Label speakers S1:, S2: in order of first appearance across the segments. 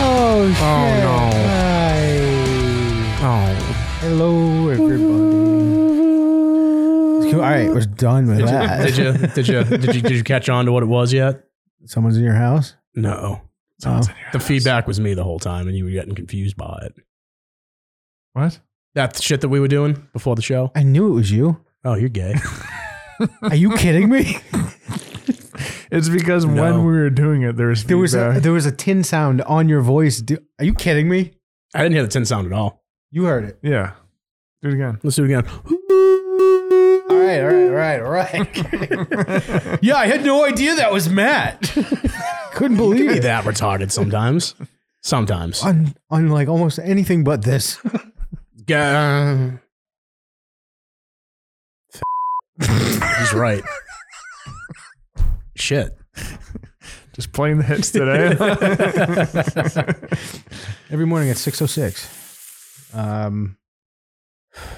S1: Oh,
S2: no.
S1: Hi.
S2: Oh.
S1: oh, Hello, everybody. All right, we're done with that.
S2: Did you, did you did you did you did you catch on to what it was yet?
S1: Someone's in your house?
S2: No.
S1: Oh.
S2: The feedback was me the whole time, and you were getting confused by it.
S3: What?
S2: That shit that we were doing before the show.
S1: I knew it was you.
S2: Oh, you're gay.
S1: Are you kidding me?
S3: It's because
S2: No.
S3: when we were doing it, there was
S1: there was a,
S3: feedback.
S1: there was a tin sound on your voice. Do- Are you kidding me?
S2: I didn't hear the tin sound at all.
S1: You heard it.
S3: yeah. Do it again.
S2: Let's do it again.
S1: All right, all right, all right, all right. yeah, I had no idea that was Matt. Couldn't believe
S2: Be
S1: it.
S2: that retarded sometimes. Sometimes.
S1: On on like almost anything but this.
S2: Yeah. He's right. Shit.
S3: Just playing the hits today.
S1: Every morning at six oh six. Um.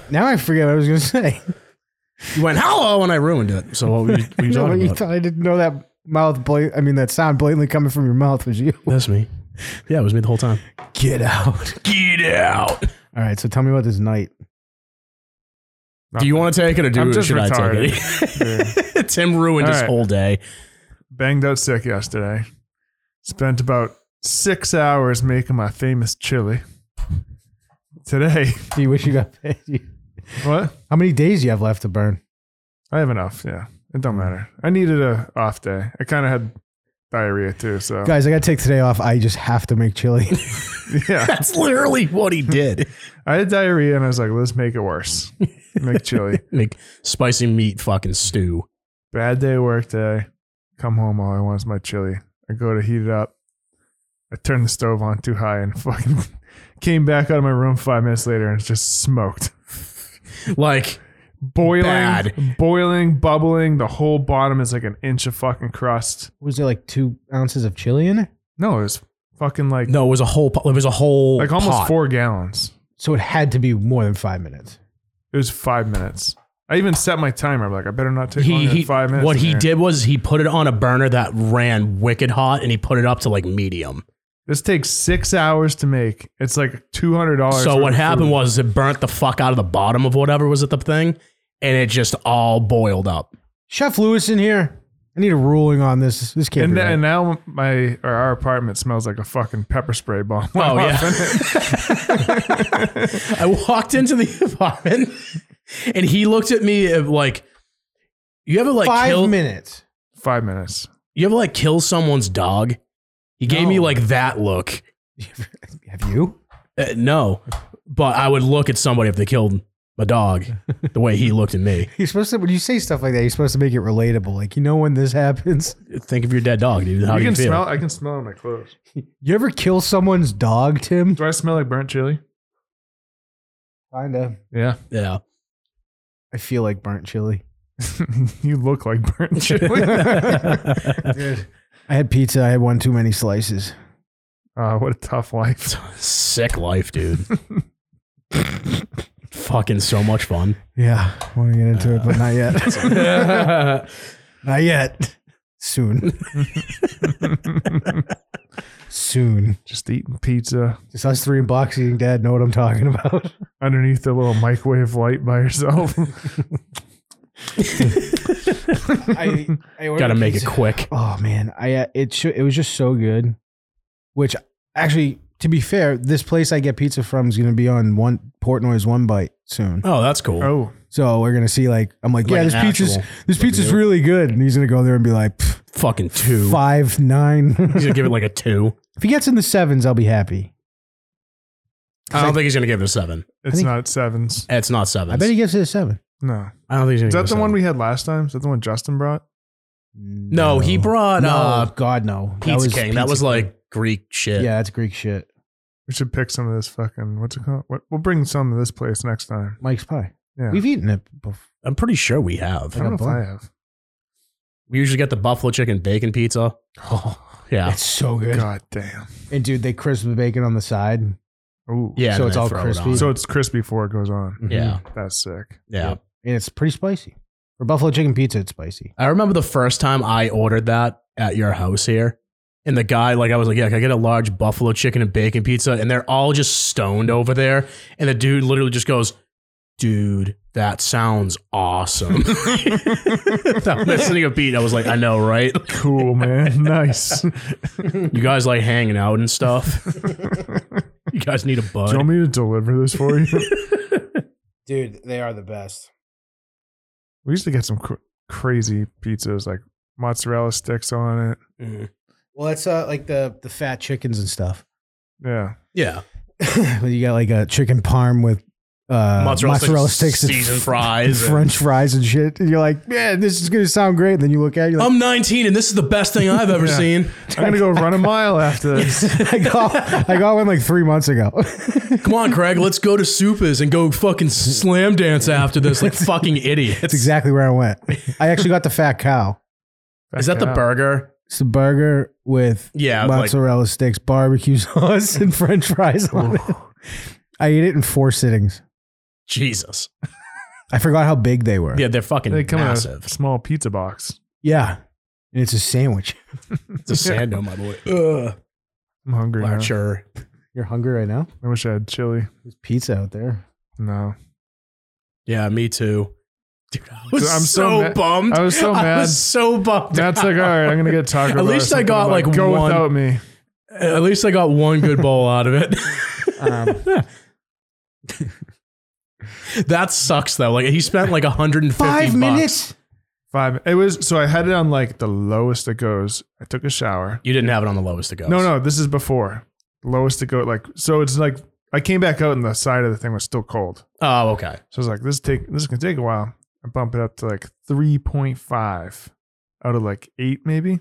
S1: Now I forget what I was going to say.
S2: You went hello and I ruined it. So what were you, what were you
S1: No, but
S2: talking
S1: you
S2: about?
S1: thought I didn't know that mouth. Blat- I mean, that sound blatantly coming from your mouth was you.
S2: That's me. Yeah, it was me the whole time.
S1: Get out.
S2: Get out.
S1: All right. So tell me about this night.
S2: Do you want to take it or do
S3: I'm just
S2: should I
S3: retarded.
S2: take it? Tim ruined
S3: All
S2: his
S3: right.
S2: whole day.
S3: Banged out sick yesterday. Spent about six hours making my famous chili. Today.
S1: Do you wish you got paid? You-
S3: What?
S1: How many days do you have left to burn?
S3: I have enough. Yeah. It
S2: Mm.
S3: don't matter. I needed a off day. I kind of had diarrhea too. So
S1: Guys, I got to take today off. I just have to make chili.
S3: yeah.
S2: That's literally what he did.
S3: I had diarrhea and I was like, let's make it worse. Make chili.
S2: Like spicy meat fucking stew.
S3: Bad day at work day. Come home, all I want is my chili. I go to heat it up. I turn the stove on too high and fucking came back out of my room five minutes later and it's just smoked.
S2: Like
S3: Boiling,
S2: Bad.
S3: boiling, bubbling. The whole bottom is like an inch of fucking crust.
S1: was there like two ounces of chili in it?
S3: No, it was fucking like
S2: no, it was a whole pot. It was a whole
S3: like almost
S2: pot.
S3: four gallons.
S1: So it had to be more than five minutes.
S3: It was five minutes. I even set my timer. I'm like, I better not take
S2: he,
S3: longer than
S2: he
S3: five minutes.
S2: what
S3: in
S2: he
S3: here.
S2: did was he put it on a burner that ran wicked hot and he put it up to like medium.
S3: This takes six hours to make. It's like two hundred dollars.
S2: so what happened was it burnt the fuck out of the bottom of whatever was at the thing and it just all boiled up.
S1: Chef Lewis in here. I need a ruling on this. This can't
S3: and,
S1: be
S3: th-
S1: right.
S3: and now my or our apartment smells like a fucking pepper spray bomb.
S2: Oh yeah. I walked into the apartment and he looked at me uh, like you ever like
S1: five
S2: kill
S1: minutes.
S3: Five minutes.
S2: you ever like kill someone's dog? He gave me
S1: No.
S2: like that look.
S1: Have you?
S2: Uh, no. But I would look at somebody if they killed my dog the way he looked at me.
S1: You're supposed to when you say stuff like that, you're supposed to make it relatable. Like you know when this happens.
S2: Think of your dead dog, dude. How
S3: you
S2: do
S3: can
S2: you feel?
S3: smell. I can smell it in my clothes.
S1: You ever kill someone's dog, Tim?
S3: Do I smell like burnt chili?
S1: Kinda.
S3: Yeah.
S2: yeah.
S1: I feel like burnt chili.
S3: you look like burnt chili.
S1: Dude, I had pizza. I had one too many slices.
S3: Ah, what a tough life.
S2: Sick life, dude. Fucking so much fun.
S1: Yeah, want to get into it, but not yet. not yet. Soon. Soon.
S3: Just eating pizza
S1: Just us three and Box Eating Dad know what I'm talking about.
S3: underneath the little microwave light by yourself.
S1: I, I ordered
S2: Gotta make it
S1: pizza.
S2: quick.
S1: Oh man, I uh, it should, it was just so good. Which actually, to be fair, this place I get pizza from is gonna be on one Portnoy's One Bite soon.
S2: Oh, that's cool.
S3: oh,
S1: So we're gonna see. Like I'm like,
S2: Like
S1: yeah,
S2: an
S1: this pizza's
S2: actual
S1: this pizza's
S2: review.
S1: really good, and he's gonna go there and be like "Pff,
S2: Fucking two.
S1: five nine.
S2: He's gonna give it like a two.
S1: if he gets in the sevens, I'll be happy.
S2: I don't think he's gonna give it a seven.
S3: it's
S1: think-
S3: not sevens.
S2: It's not seven.
S1: I bet he gets to the seven.
S3: No.
S2: I don't think he's gonna
S3: Is
S2: give it
S3: that
S2: a
S3: the one
S2: seven.
S3: we had last time? Is that the one Justin brought?
S2: No, he brought
S1: no,
S2: uh,
S1: God no, That was
S2: Pizza King. that
S1: Pizza
S2: was
S1: King.
S2: like Greek shit.
S1: yeah, that's Greek shit.
S3: We should pick some of this fucking what's it called? What, we'll bring some to this place next time.
S1: Mike's pie.
S3: Yeah,
S1: We've eaten it before.
S2: I'm pretty sure we
S3: I
S2: have.
S3: don't know
S1: got
S3: if
S1: bun.
S3: I have.
S2: We usually get the buffalo chicken bacon pizza. yeah.
S1: It's so good.
S3: God damn.
S1: And dude, they crisp the bacon on the side.
S2: Mm-hmm.
S3: Ooh.
S2: Yeah.
S1: So
S2: and
S1: it's
S2: then
S1: all
S2: throw it
S1: crispy.
S2: on.
S3: So it's crispy before it goes on.
S2: Yeah.
S3: That's sick.
S2: yeah.
S1: Yep. and it's pretty spicy. For buffalo chicken pizza, it's spicy.
S2: I remember the first time I ordered that at your house here. And the guy, like, I was like, yeah, can I get a large buffalo chicken and bacon pizza? And they're all just stoned over there. And the dude literally just goes, dude, that sounds awesome. Without missing a beat, I was like, I know, right?
S3: Cool, man. nice. Do
S2: You guys like hanging out and stuff. you guys need a
S3: you
S2: bud.
S3: want me to deliver this for you?
S1: Dude, they are the best.
S3: we used to get some cr- crazy pizzas, like mozzarella sticks on it.
S2: Mm.
S1: Well, it's uh, like the the fat chickens and stuff.
S3: Yeah.
S2: Yeah.
S1: Well, you got like a chicken parm with uh, mozzarella, sticks,
S2: seasoned fries. and-
S1: French fries and shit. And you're like, man, this is gonna sound great. And then you look at it, you're like,
S2: I'm 19 and this is the best thing I've ever
S3: Yeah.
S2: seen.
S3: I'm going to go run a mile after this.
S2: Um,
S1: I got I got one like three months ago.
S2: Come on, Craig, let's go to Supas and go fucking slam dance after this like fucking idiots.
S1: That's exactly where I went. I actually got the fat cow.
S2: Is that the
S3: Yeah.
S2: burger?
S1: It's a burger with
S2: Yeah, like
S1: mozzarella sticks, barbecue sauce, and French fries on it. I ate it in four sittings.
S2: Jesus.
S1: I forgot how big they were.
S2: Yeah, they're fucking
S3: They come in
S2: massive.
S3: a small pizza box.
S1: Yeah. And it's a sandwich.
S2: It's a sando, my boy. Ugh.
S3: I'm hungry now.
S2: Larcher.
S1: You're hungry right now?
S3: I wish I had chili.
S1: There's pizza out there.
S3: No.
S2: Yeah, me too. Dude, I was
S3: I'm so
S2: so,
S3: mad-
S2: bummed.
S3: I was so
S2: I
S3: mad.
S2: was so bummed.
S3: That's like, all right, I'm going to get Taco
S2: At
S3: Bell or
S2: least I
S3: something.
S2: got,
S3: I'm
S2: like,
S3: go
S2: one-
S3: without me.
S2: At least I got one good bowl out of it.
S1: Um,
S2: that sucks though. Like he spent like 150 bucks.
S3: Five. It was, so I had it on like the lowest it goes. I took a shower.
S2: You didn't have it on the lowest to go.
S3: No, no, this is before lowest to go. Like, so it's like I came back out and the side of the thing was still cold.
S2: Oh, okay.
S3: So I was like, this take this is gonna take a while. I bump it up to like three point five out of like eight, maybe.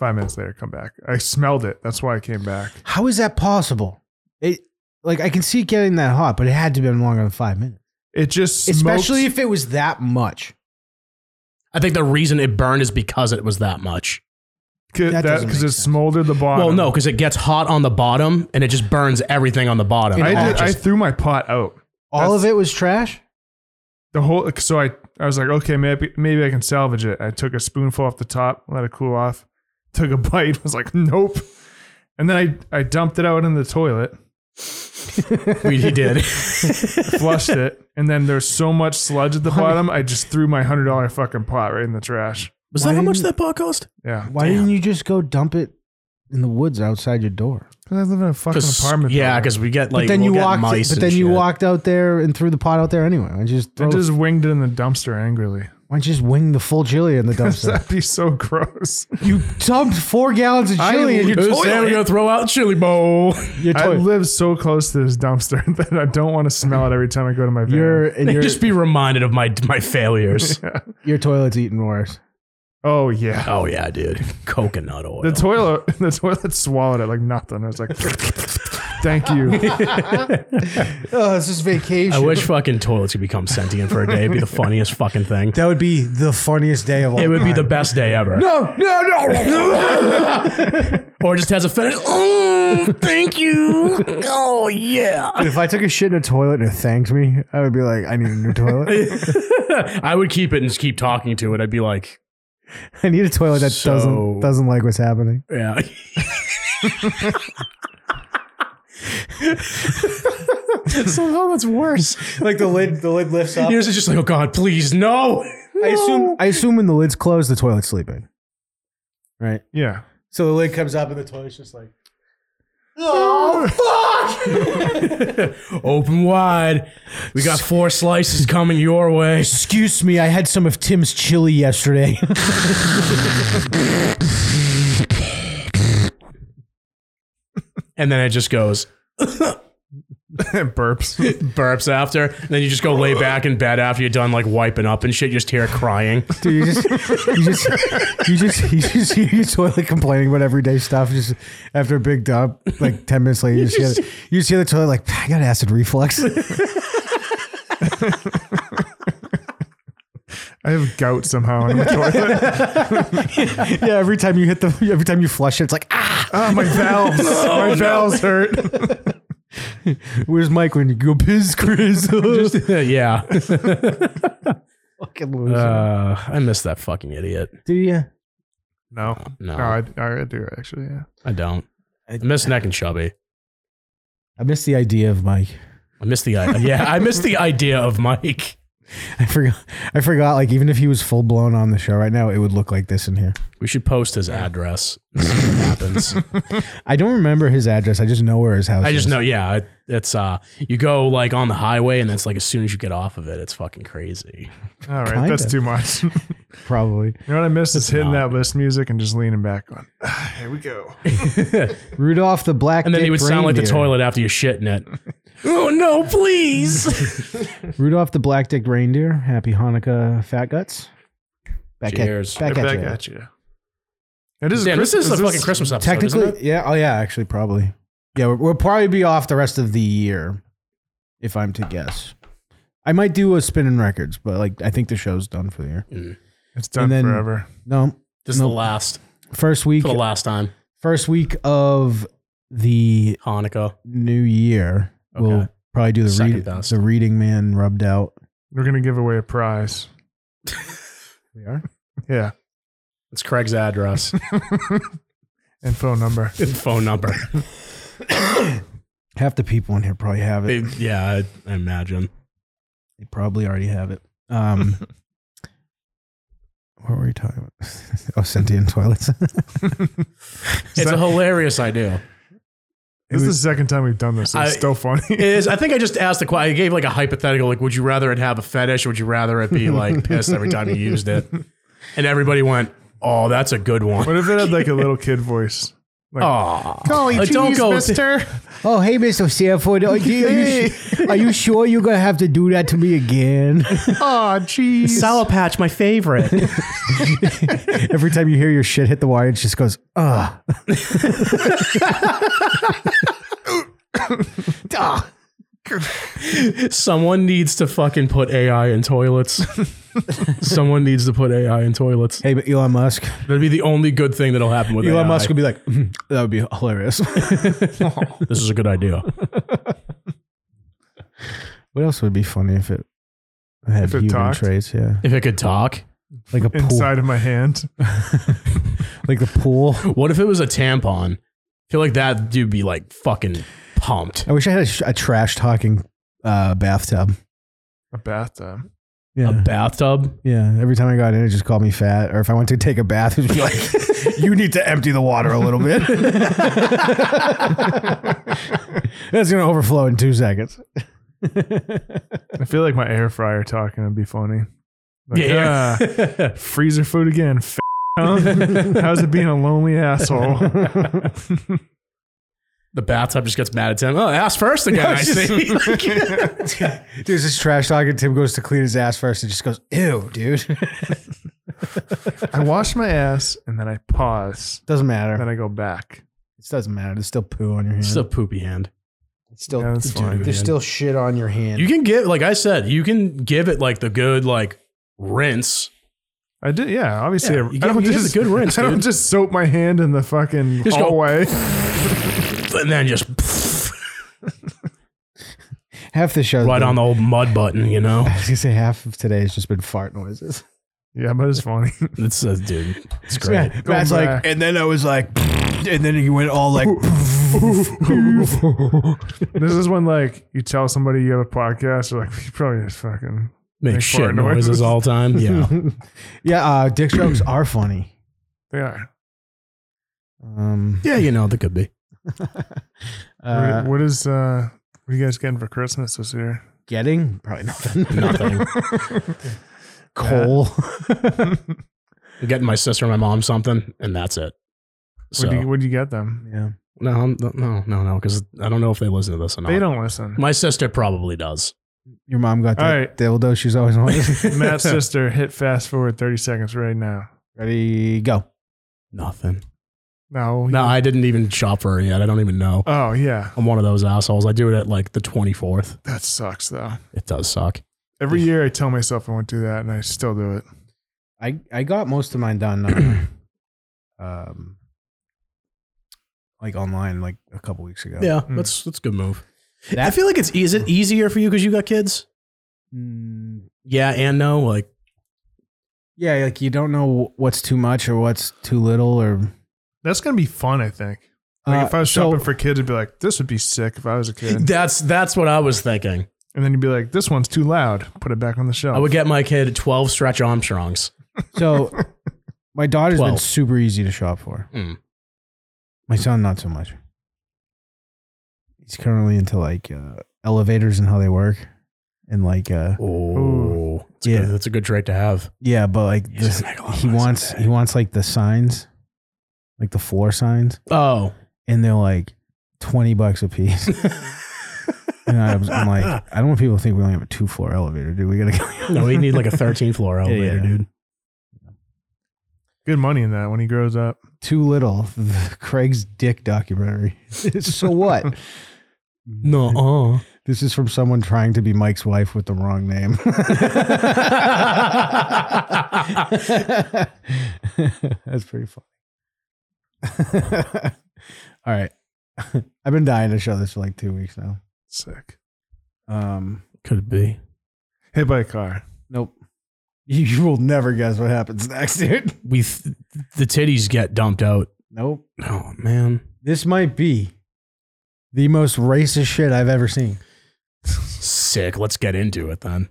S3: Five minutes later, come back. I smelled it. That's why I came back.
S1: How is that possible? It like I can see it getting that hot, but it had to have been longer than five minutes.
S3: It just smokes-
S1: Especially if it was that much.
S2: I think the reason it burned is because it was that much.
S3: c-
S1: that
S3: that
S1: doesn't
S3: because
S1: make
S3: it
S1: sense.
S3: smoldered the bottom.
S2: Well, no, because it gets hot on the bottom and it just burns everything on the bottom.
S1: And
S3: I,
S1: all
S3: did, I
S1: just-
S3: threw my pot out.
S1: All of it was trash?
S3: The whole so I I was like, okay, maybe maybe I can salvage it. I took a spoonful off the top, let it cool off, took a bite, was like, nope. And then I, I dumped it out in the toilet,
S2: we, he did.
S3: flushed it, and then there's so much sludge at the bottom, I just threw my hundred dollar fucking pot right in the trash.
S2: Was
S1: Why
S2: that how much
S1: didn't-
S2: that pot cost?
S3: Yeah.
S1: Why
S2: Damn.
S1: didn't you just go dump it in the woods outside your door?
S3: Because I live in a fucking
S2: 'Cause-
S3: apartment.
S2: yeah,
S3: building.
S2: because we get like
S1: but then you
S2: we'll get
S1: walked.
S2: mice
S1: But
S2: and
S1: then you
S2: shit.
S1: walked out there and threw the pot out there anyway. I just, throw,
S3: I just winged it in the dumpster angrily.
S1: why don't you just wing the full chili in the dumpster?
S3: That'd be so gross.
S1: you dumped four gallons of
S3: I-
S1: chili in your
S3: It
S2: Who's
S1: toilet.
S2: saying we're gonna throw out chili bowl?
S1: Your
S3: I
S1: toilet.
S3: live so close to this dumpster that I don't want to smell it every time I go to my van.
S1: Your and your,
S2: just be reminded of my my failures.
S1: your toilet's eating worse.
S3: oh yeah.
S2: oh yeah, dude, coconut oil.
S3: The toilet, the toilet swallowed it like nothing. I was like, "Thank you."
S1: Oh, this is vacation.
S2: I wish fucking toilets could become sentient for a day. It'd be the funniest fucking thing.
S1: that would be the funniest day of all.
S2: It would be the best day ever.
S1: no, no, no.
S2: Or just has a finish. Oh, thank you. Oh yeah.
S1: if I took a shit in a toilet and it thanked me, I would be like, I need a new toilet.
S2: I would keep it and just keep talking to it. I'd be like,
S1: I need a toilet that
S2: So-
S1: doesn't doesn't like what's happening.
S2: yeah. Somehow that's worse.
S1: Like the lid, the lid lifts up.
S2: Yours is just like, oh God, please no.
S1: Uh, I assume I assume when the lid's closed, the toilet's sleeping. Right.
S3: Yeah,
S1: So the lid comes up and the toilet's just like, oh
S2: Open wide. We got four slices coming your way.
S1: Excuse me, I had some of Tim's chili yesterday.
S2: And then it just goes.
S3: it burps.
S2: burps after, and then you just go lay back in bed after you're done like wiping up and shit. You just hear it crying.
S1: Dude, you just you just you just you just hear your toilet complaining about everyday stuff. Just after a big dump, like ten minutes later, you just, hear, the- you just hear the toilet like, I got acid reflux.
S3: I have gout somehow in the toilet.
S1: yeah, every time you hit the, every time you flush it, it's like, ah.
S3: Oh, my valves, my valves hurt.
S1: Where's Mike when you go piss, Chris?
S2: Just- yeah,
S1: fucking loser. Uh,
S2: uh, I miss that fucking idiot.
S1: Do you?
S3: No.
S2: No,
S3: No, I, I do actually. Yeah.
S2: I don't. I miss neck and chubby.
S1: I miss the idea of Mike.
S2: I miss the idea. yeah, I miss the idea of Mike.
S1: I forgot. I forgot. Like even if he was full blown on the show right now, it would look like this in here.
S2: We should post his address. and see what happens.
S1: I don't remember his address. I just know where his house.
S2: I just
S1: is.
S2: know. Yeah, it- it's uh, you go like on the highway, and it's like as soon as you get off of it, it's fucking crazy.
S3: All right,
S1: Kinda.
S3: that's too much. you
S1: probably
S3: know what I missed is hitting
S2: not.
S3: that list music and just leaning back on. "Ah, Here we go.
S1: Rudolph the Black.
S2: And then he would
S1: Dick
S2: sound like the
S1: Reindeer.
S2: toilet after you shit in it. oh no, please.
S1: Rudolph the Black Dick Reindeer. Happy Hanukkah, Fat Guts. Back
S2: Cheers.
S1: At, back
S3: Right
S1: at
S3: back
S1: ya.
S3: at you. It is.
S2: Damn,
S3: Chris-
S2: this is, a fucking Christmas episode.
S1: Technically,
S2: isn't it?
S1: yeah. Oh yeah, actually, probably. Yeah, we'll, we'll probably be off the rest of the year, if I'm to guess. I might do a spinning records, but like I think the show's done for the year.
S3: It's done
S1: then-
S3: forever.
S1: No,
S2: Mm. this is the
S1: Nope.
S2: last
S1: first week,
S2: for the last time.
S1: first week of the
S2: Hanukkah.
S1: new year. We'll
S2: Okay.
S1: probably do the
S2: Second
S1: read,
S2: best.
S1: the reading man rubbed out.
S3: We're gonna give away a prize.
S1: We are.
S3: Yeah,
S2: It's Craig's address
S3: and phone number.
S2: and phone number.
S1: Half the people in here probably have it.
S2: They- yeah, I, I imagine.
S1: They probably already have it. Um, what were we talking about? oh, sentient toilets.
S2: It's a hilarious idea.
S1: It
S3: This is the
S1: was-
S3: second time we've done this. It's
S2: I-
S3: still funny.
S2: It is. I think I just asked the question. I gave like a hypothetical, like, would you rather it have a fetish or would you rather it be like pissed every time you used it? And everybody went, oh, that's a good one.
S3: what if it had like a little kid voice? Like,
S2: Oh,
S3: Golly
S2: don't
S3: geez,
S2: go.
S3: mister.
S1: oh, hey, Mr. Sanford. Are you, are you su- are you sure you're going to have to do that to me again?
S3: oh, jeez.
S2: Sour Patch, my favorite.
S1: Every time you hear your shit hit the wire, it just goes, ah. Ah.
S2: Someone needs to fucking put AI in toilets. Someone needs to put AI in toilets.
S1: Hey, but Elon Musk.
S2: That'd be the only good thing that'll happen with AI.
S1: Elon Musk would be like, "Mhm, that would be hilarious.
S2: This is a good idea.
S1: what else would be funny if it had
S3: If it
S1: human
S3: talked?
S1: traits? Yeah.
S2: If it could talk,
S1: Like a pool.
S3: Inside of my hand.
S1: Like the pool.
S2: what if it was a tampon? I feel like that dude be like fucking pumped.
S1: I wish I had a, sh- a trash talking uh, bathtub.
S3: A bathtub.
S2: A
S1: Yeah.
S2: bathtub.
S1: yeah. Every time I got in, it just called me fat. Or if I went to take a bath, it would be like, you need to empty the water a little bit. That's going to overflow in two seconds.
S3: I feel like my air fryer talking would be funny. Like,
S2: Yeah.
S3: "Ah, freezer food again. F- How's it being a lonely asshole?
S2: the bathtub just gets mad at Tim. Oh, ass first again. I see.
S1: Dude, this is trash talking. Tim goes to clean his ass first and just goes, ew, dude.
S3: I wash my ass and then I pause.
S1: doesn't
S3: Then
S1: matter.
S3: I go back.
S1: It doesn't matter. There's still poo on your hand.
S2: It's a poopy hand.
S1: It's still,
S3: Yeah, that's
S1: dude,
S3: fine,
S1: there's
S2: man.
S1: still shit on your hand.
S2: You can give, like I said, you can give it like the good like rinse.
S3: I did, yeah. Obviously, I-
S2: Yeah, you
S3: I,
S2: give-
S3: don't
S2: you give
S3: just
S2: it a good rinse,
S3: I don't
S2: dude.
S3: just soap my hand in the fucking
S2: Just go-
S3: hallway.
S2: And then just
S1: half the show
S2: right on the old mud button, you know?
S1: I was gonna say half of today has just been fart noises.
S3: Yeah, but it's funny.
S2: It's uh, dude. It's great.
S1: Yeah,
S3: Going
S1: Matt's
S3: back.
S1: like, and then I was like, and then he went all like,
S3: this is when like you tell somebody you have a podcast, you're like, you probably just fucking.
S2: Make,
S3: Make
S2: shit
S3: fart
S2: noises.
S3: noises.
S2: all the time. Yeah.
S1: yeah, uh, dick jokes are funny.
S3: They are.
S1: Um,
S2: yeah, you know, that could be.
S1: uh,
S3: what is uh? What are you guys getting for Christmas this year?
S1: getting probably nothing.
S2: Nothing.
S1: Coal.
S2: I'm getting my sister and my mom something, and that's it. So,
S3: What do you, what do you get them?
S1: yeah,
S2: no, I'm, no, no, no, because I don't know if they listen to this or not.
S3: They don't listen.
S2: My sister probably does.
S1: your mom got that
S3: All right.
S1: dildo. She's always wanted.
S3: Matt's sister hit fast forward 30 seconds right now.
S1: Ready, go.
S2: Nothing.
S3: No.
S2: No,
S3: you-
S2: I didn't even shop for her yet. I don't even know.
S3: oh, yeah.
S2: I'm one of those assholes. I do it at like the 24th.
S3: That sucks, though.
S2: It does suck.
S3: Every year I tell myself I won't do that, and I still do it.
S1: I I got most of mine done. Uh, um, like online, like a couple weeks ago.
S2: Yeah,
S3: Hmm.
S2: that's that's a good move.
S1: That-
S2: I feel like it's is it easier for you because you got kids?
S1: Mm,
S2: Yeah, and no, like
S1: Yeah, like you don't know what's too much or what's too little or.
S3: That's gonna be fun, I think. Like
S1: Uh,
S3: if I was
S1: so-
S3: shopping for kids, I'd be like, "This would be sick if I was a kid,"
S2: That's that's what I was thinking.
S3: and then you'd be like, "This one's too loud. Put it back on the shelf."
S2: I would get my kid 12 stretch Armstrongs.
S1: So, my daughter's been
S2: Twelve.
S1: super easy to shop for.
S2: Mm.
S1: My son, not so much. He's currently into like uh, elevators and how they work, and like uh,
S2: Oh, that's,
S1: Yeah.
S2: good. that's a good trait to have.
S1: yeah, but like
S2: You just
S1: this,
S2: make a lot of
S1: he
S2: noise
S1: wants
S2: today.
S1: he wants like the signs, like the floor signs,
S2: Oh,
S1: and they're like twenty bucks a piece. and I was, I'm like, I don't want people to think we only have a two floor elevator, dude. We gotta go.
S2: no, we need like a 13 floor elevator,
S1: yeah.
S2: dude.
S3: Good money in that when he grows up.
S1: too little. Craig's dick documentary. so what?
S2: No, uh.
S1: This is from someone trying to be Mike's wife with the wrong name. That's pretty funny. All right. I've been dying to show this for like two weeks now.
S3: Sick.
S1: Um,
S2: Could be.
S3: Hit by a car.
S1: nope. You, you will never guess what happens next, dude.
S2: We th- the titties get dumped out.
S1: Nope.
S2: Oh man,
S1: This might be the most racist shit I've ever seen.
S2: sick. Let's get into it then.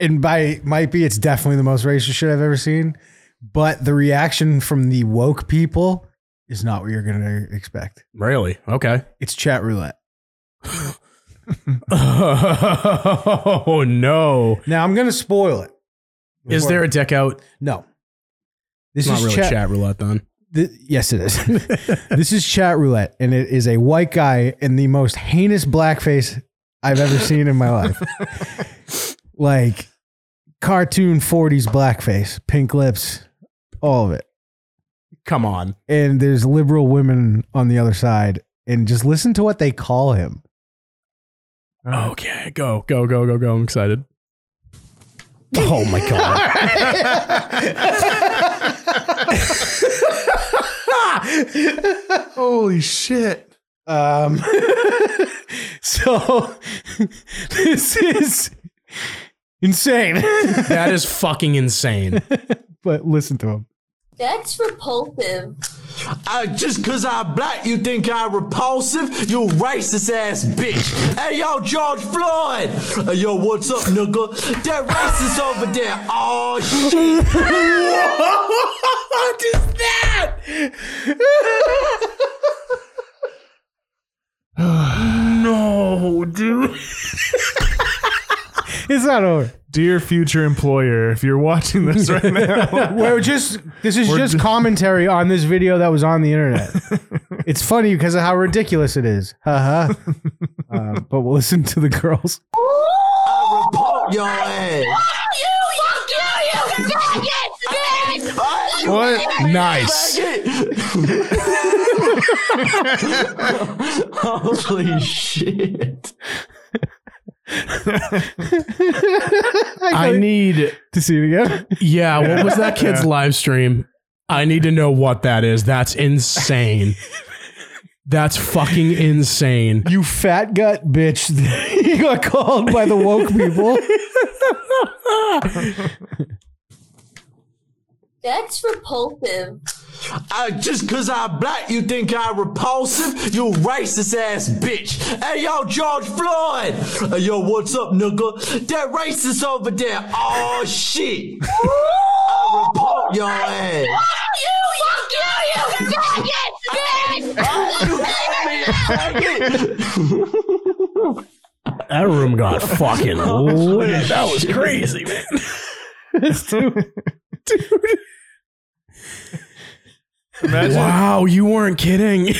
S1: and by might be it's definitely the most racist shit I've ever seen. But the reaction from the woke people is not what you're gonna expect.
S2: Really? Okay.
S1: It's chat roulette.
S2: oh no.
S1: Now I'm gonna spoil it.
S2: Is
S1: Before-
S2: there a deck out?
S1: no? This
S2: It's not
S1: is
S2: really
S1: chat.
S2: chat, roulette then.
S1: thi- yes, it is. this is chat roulette, and it is a white guy in the most heinous blackface I've ever seen in my life. like cartoon '40s blackface, pink lips, all of it.
S2: Come on.
S1: and there's liberal women on the other side and just listen to what they call him
S2: Okay, go, go, go, go, go. I'm excited. Oh my god.
S3: Holy shit.
S1: um so this is insane
S2: that is fucking insane.
S1: but listen to him
S4: That's repulsive.
S5: Uh, just cause I'm black, you think I'm repulsive? You racist ass bitch. Hey, yo, George Floyd. Hey, yo, what's up, nigga? That racist over there. Oh, shit. what is that?
S2: no, dude.
S1: it's not over
S3: Dear future employer, if you're watching this right now,
S1: we're just this is just
S3: just-
S1: commentary on this video that was on the internet it's funny because of how ridiculous it is haha uh, but we'll listen to the girls
S5: I report your ass.
S4: you! Fuck you! You faggot! bitch!
S5: Alright, you
S2: What? Nice.
S5: faggot. Holy shit.
S2: I need
S1: to see it again
S2: Yeah, what was that kid's live stream? I need to know what that is. That's insane. That's fucking insane.
S1: You fat gut bitch. you got called by the woke people.
S4: That's repulsive.
S5: Uh, just cause I'm black, you think I'm repulsive? You racist ass bitch. Hey, yo, George Floyd. Hey, yo, what's up, nigga? That racist over there. Oh, shit. I report your ass.
S4: Fuck you! You faggot! bitch!
S2: That room got fucking lit. That was crazy, man.
S3: imagine,
S2: Wow, you weren't kidding.
S3: dude,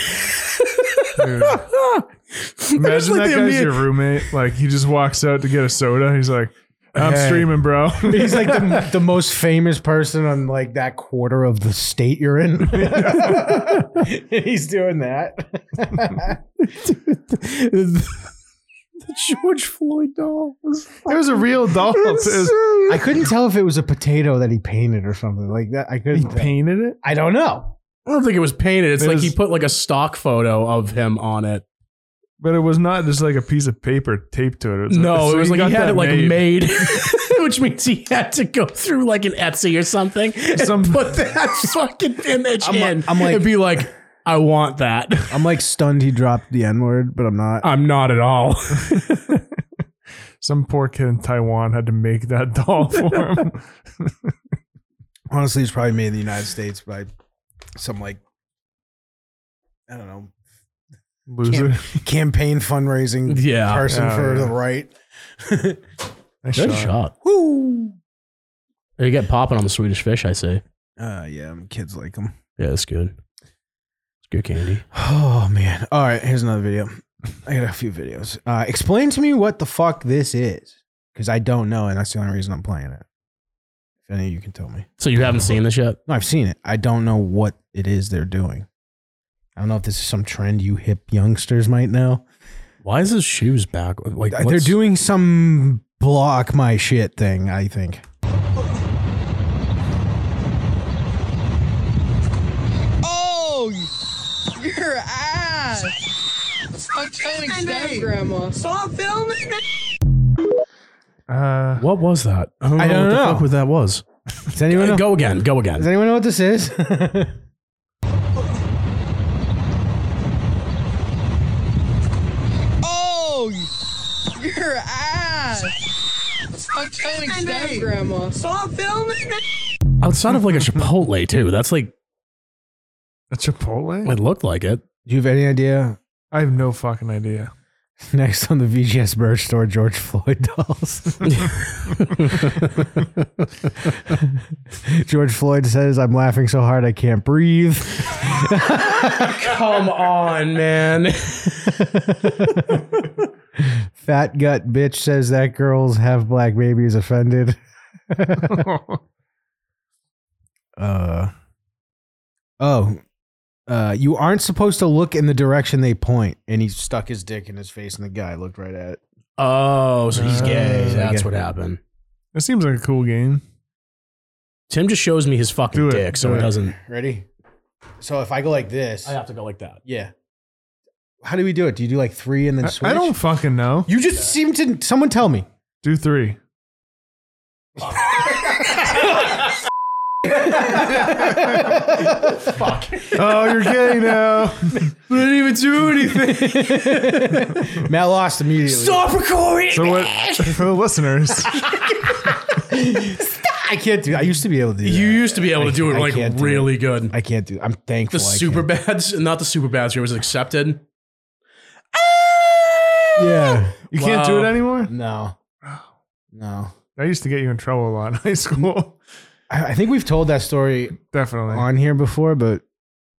S3: imagine that guy's your roommate. Like he just walks out to get a soda. He's like, "I'm
S1: Hey.
S3: streaming, bro."
S1: He's like the, the most famous person on like that quarter of the state you're in. He's doing that.
S2: the George Floyd doll. was-
S3: it was a real doll. It was-
S1: I couldn't tell if it was a potato that he painted or something like that. I couldn't. tell.
S3: painted it.
S1: I don't know.
S2: I don't think it was painted. It's
S3: It
S2: like
S3: was-
S2: he put like a stock photo of him on it.
S3: But it was not just like a piece of paper taped to it. it was
S2: No,
S3: so
S2: it was
S3: you
S2: like
S3: got
S2: he had
S3: that
S2: it like made, which means he had to go through like an Etsy or something and
S3: Some-
S2: put that fucking image
S1: I'm li-
S2: in.
S1: I'm like-
S2: and be like, I want that.
S1: I'm like stunned he dropped the N word, but I'm not.
S2: I'm not at all.
S3: Some poor kid in Taiwan had to make that doll for him.
S1: Honestly, it's probably made in the United States by some like I don't know
S3: Loser.
S1: campaign fundraising
S2: Yeah.
S1: person
S3: Yeah,
S1: for
S3: yeah.
S1: the right.
S3: Nice
S2: Good
S3: shot.
S2: shot.
S1: Woo.
S2: They get popping on the Swedish fish, I say.
S1: Uh, yeah, kids like them.
S2: Yeah, that's good. It's good candy.
S1: Oh man! All right, here's another video. I got a few videos. Uh, explain to me what the fuck this is, because I don't know, and that's the only reason I'm playing it. If any of you can tell me,
S2: So you haven't seen this yet?
S1: no, I've seen it. I don't know what it is they're doing. I don't know if this is some trend you hip youngsters might know.
S2: Why is his shoes back? Like
S1: They're
S2: what's-
S1: doing some block my shit thing. I think.
S6: Oh, your ass! Stop telling Steve, Grandma. Stop filming me.
S3: Uh,
S2: What was that? I don't know,
S1: I don't
S2: what the
S1: know.
S2: fuck that was.
S1: Does anyone know?
S2: Go again. Go again.
S1: Does anyone know what this is?
S6: Oh, your ass! Stop telling Steve, Grandma. Stop filming me.
S2: Outside of like a Chipotle too. That's like
S3: a Chipotle?
S2: it looked like it.
S1: Do you have any idea?
S3: I have no fucking idea.
S1: Next on the VGS merch store, George Floyd dolls. George Floyd says, I'm laughing so hard I can't breathe.
S2: Come on, man.
S1: Fat gut bitch says that girls have black babies offended. uh, oh, uh, you aren't supposed to look in the direction they point. And he stuck his dick in his face, and the guy looked right at it.
S2: Oh, so he's gay.
S3: Uh,
S2: That's
S1: yeah.
S2: what happened.
S3: It seems like a cool game.
S2: Tim just shows me his fucking
S3: Do it,
S2: dick, so
S3: do
S2: it
S3: it.
S2: doesn't.
S1: Ready? So if I go like this,
S2: I have to go like that.
S1: yeah. How do we do it? Do you do like three and then
S3: I,
S1: switch?
S3: I don't fucking know.
S1: You just seem to. Someone tell me.
S3: Do three. Oh, you're gay now.
S2: We didn't even do anything.
S1: Matt lost immediately.
S2: Stop recording.
S3: So what? For the listeners,
S1: I can't do. I used to be able to do.
S2: You
S1: that.
S2: used to be able to do it
S1: I
S2: like
S1: can't do
S2: really good.
S1: I can't do. I'm thankful.
S2: the
S1: I
S2: super
S1: can't.
S2: bads, not the super bads. It was accepted.
S1: Yeah.
S3: you can't do
S2: Wow.
S3: it anymore.
S1: No. No.
S3: I used to get you in trouble a lot in high school.
S1: I, I think we've told that story
S3: Definitely.
S1: on here before, but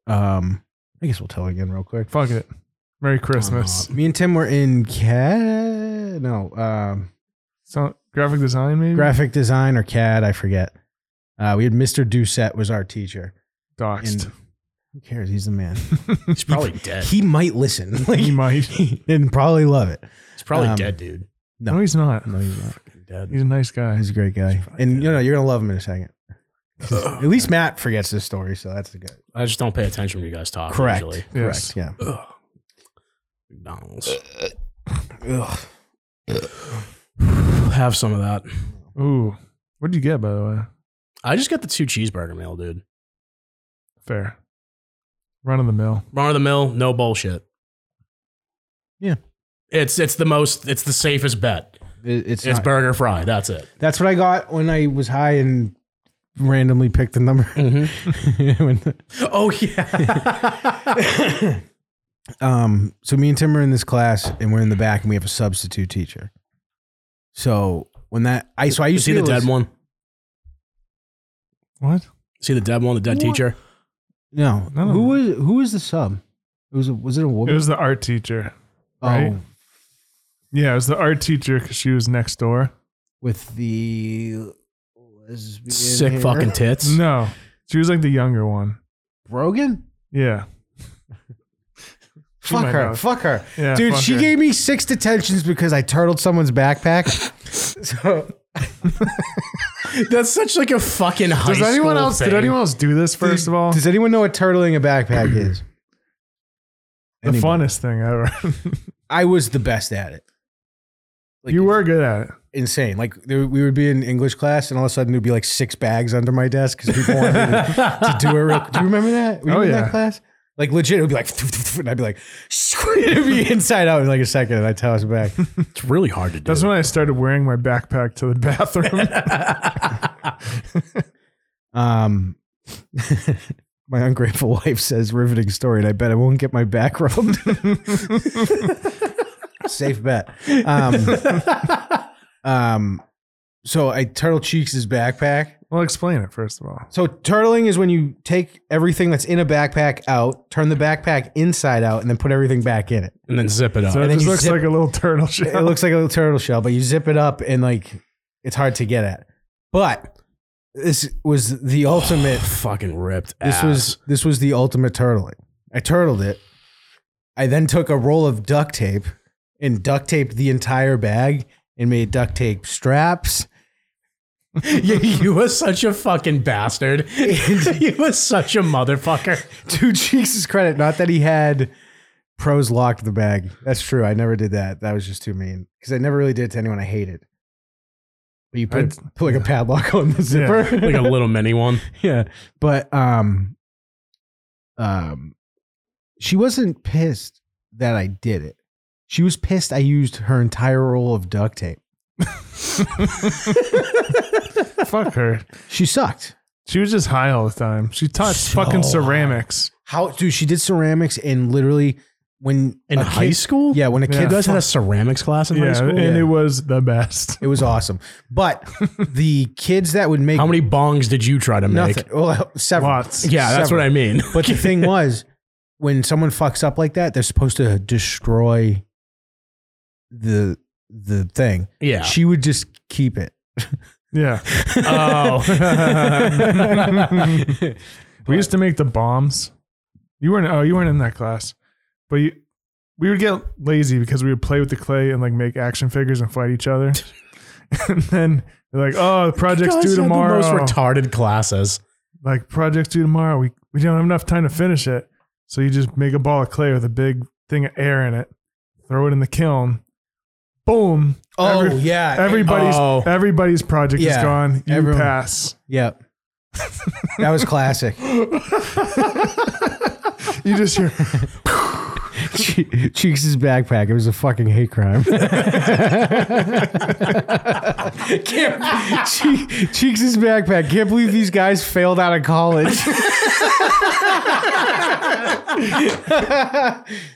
S1: um, I guess we'll tell again real quick. Uh,
S3: Fuck it. Merry Christmas.
S1: Me and Tim were in CAD. No. Um.
S3: So graphic design, maybe.
S1: graphic design or CAD, I forget. Uh, we had Mr. Doucette was our teacher. And
S3: Doxed.
S1: who cares? He's the man.
S2: He's probably dead.
S1: he might listen like,
S3: he might.
S1: and probably love it.
S2: He's probably
S1: Um,
S2: dead, dude.
S3: No, he's not.
S1: No, he's not.
S2: Dead.
S3: He's a nice guy.
S1: He's a great guy. And you know, you're gonna love him in a second. 'Cause At least Matt forgets this story, so that's good.
S2: I just don't pay attention when you guys talk.
S1: Correct.
S2: usually.
S3: Yes.
S1: Correct. Yeah.
S2: Ugh. McDonald's.
S1: Ugh.
S2: Have some of that.
S3: Ooh. What'd you get, by the way?
S2: I just got the two cheeseburger meal, dude.
S3: Fair. Run of the mill.
S2: Run of the mill, no bullshit.
S1: Yeah.
S2: It's it's the most it's the safest bet.
S1: It- it's
S2: It's
S1: not-
S2: burger fry. That's it.
S1: that's what I got when I was high and randomly picked the number. When the-
S2: Oh yeah.
S1: um, so me and Tim are in this class, and we're in the back, and we have a substitute teacher. So when that I so I
S2: you
S1: used
S2: see
S1: to
S2: the
S1: be able
S2: dead
S1: to-
S2: one?
S3: What?
S2: See the dead one, the dead teacher?
S1: No,
S3: No, no,
S1: who
S3: no.
S1: was who was the sub? It was a, was it a
S3: It
S1: woman?
S3: was the art teacher. right.
S1: Oh,
S3: Yeah, it was the art teacher because she was next door.
S1: with the lesbian
S2: Sick
S1: hair.
S2: fucking tits.
S3: No, she was like the younger one.
S1: Brogan.
S3: Yeah.
S1: fuck
S3: might
S1: her,
S3: know.
S1: fuck her,
S3: Yeah,
S1: dude.
S3: fuck
S1: she
S3: her.
S1: gave me six detentions because I turtled someone's backpack. so
S2: That's such like a fucking high
S3: Does anyone
S2: school
S3: else?
S2: thing.
S3: Did anyone else do this? First of all,
S1: does anyone know what turtling a backpack is?
S3: the
S1: Anyone?
S3: funnest thing ever.
S1: I was the best at it. Like,
S3: you were good at it.
S1: insane. Like there, we would be in English class, and all of a sudden there'd be like six bags under my desk because people wanted me to, to do it. Real, do you remember that? Were you
S3: Oh,
S1: in
S3: yeah.
S1: that class? Like legit, it would be like, and I'd be like, it'd be inside out in like a second, and I'd toss it back.
S2: It's really hard to do.
S3: That's when I started wearing my backpack to the bathroom.
S1: Um, my ungrateful wife says riveting story, and I bet I won't get my back rubbed. Safe bet. Um, um, so I turtle cheeks his backpack.
S3: well, explain it first of all.
S1: So turtling is when you take everything that's in a backpack out, turn the backpack inside out, and then put everything back in it.
S2: and then zip it up.
S3: So
S1: And then
S3: it just
S1: you
S3: looks
S1: zip-
S3: like a little turtle shell.
S1: It looks like a little turtle shell, but you zip it up and like it's hard to get at. But this was the ultimate
S2: fucking ripped.
S1: This
S2: ass.
S1: was this was the ultimate turtling. I turtled it. I then took a roll of duct tape and duct taped the entire bag and made duct tape straps.
S2: you, you were such a fucking bastard. you were such a motherfucker.
S1: To Jesus' credit, not that he had pros locked the bag. That's true. I never did that. That was just too mean because I never really did it to anyone I hated. But you put,
S3: I'd-
S1: put like a padlock on the zipper.
S2: Like a little mini one.
S1: yeah but um um she wasn't pissed that i did it she was pissed i used her entire roll of duct tape
S3: Fuck her.
S1: she sucked
S3: She was just high all the time. She taught
S2: So
S3: fucking ceramics.
S1: how dude she did ceramics and literally when
S2: In
S1: a
S2: high
S1: kid-
S2: school?
S1: yeah when a kid
S2: You guys
S1: does
S2: had a ceramics class in high
S3: Yeah,
S2: school?
S3: and
S1: Yeah.
S3: it was the best.
S1: it was awesome but the kids that would make
S2: How many bongs did you try to make?
S1: nothing well several
S3: Lots.
S2: Yeah, that's
S1: Several.
S2: what I mean.
S1: But the thing was, when someone fucks up like that, they're supposed to destroy the the thing.
S2: Yeah.
S1: She would just keep it.
S3: Yeah.
S2: Oh.
S3: we used to make the bombs. You weren't oh, you weren't in that class. But you we would get lazy because we would play with the clay and like make action figures and fight each other. and then they're like, oh, the project's
S2: Guys
S3: due
S2: had the
S3: tomorrow.
S2: most retarded classes.
S3: like project's due tomorrow. We we don't have enough time to finish it. So you just make a ball of clay with a big thing of air in it, throw it in the kiln, boom.
S1: Oh
S3: Every-
S1: yeah,
S3: Everybody's
S2: Oh.
S3: everybody's project is
S1: Yeah.
S3: gone. You
S1: Everyone-
S3: pass.
S1: yep. that was classic.
S3: You just hear
S1: Che- Cheeks' backpack. It was a fucking hate crime. Can't- Che- Cheeks' backpack. Can't believe these guys failed out of college.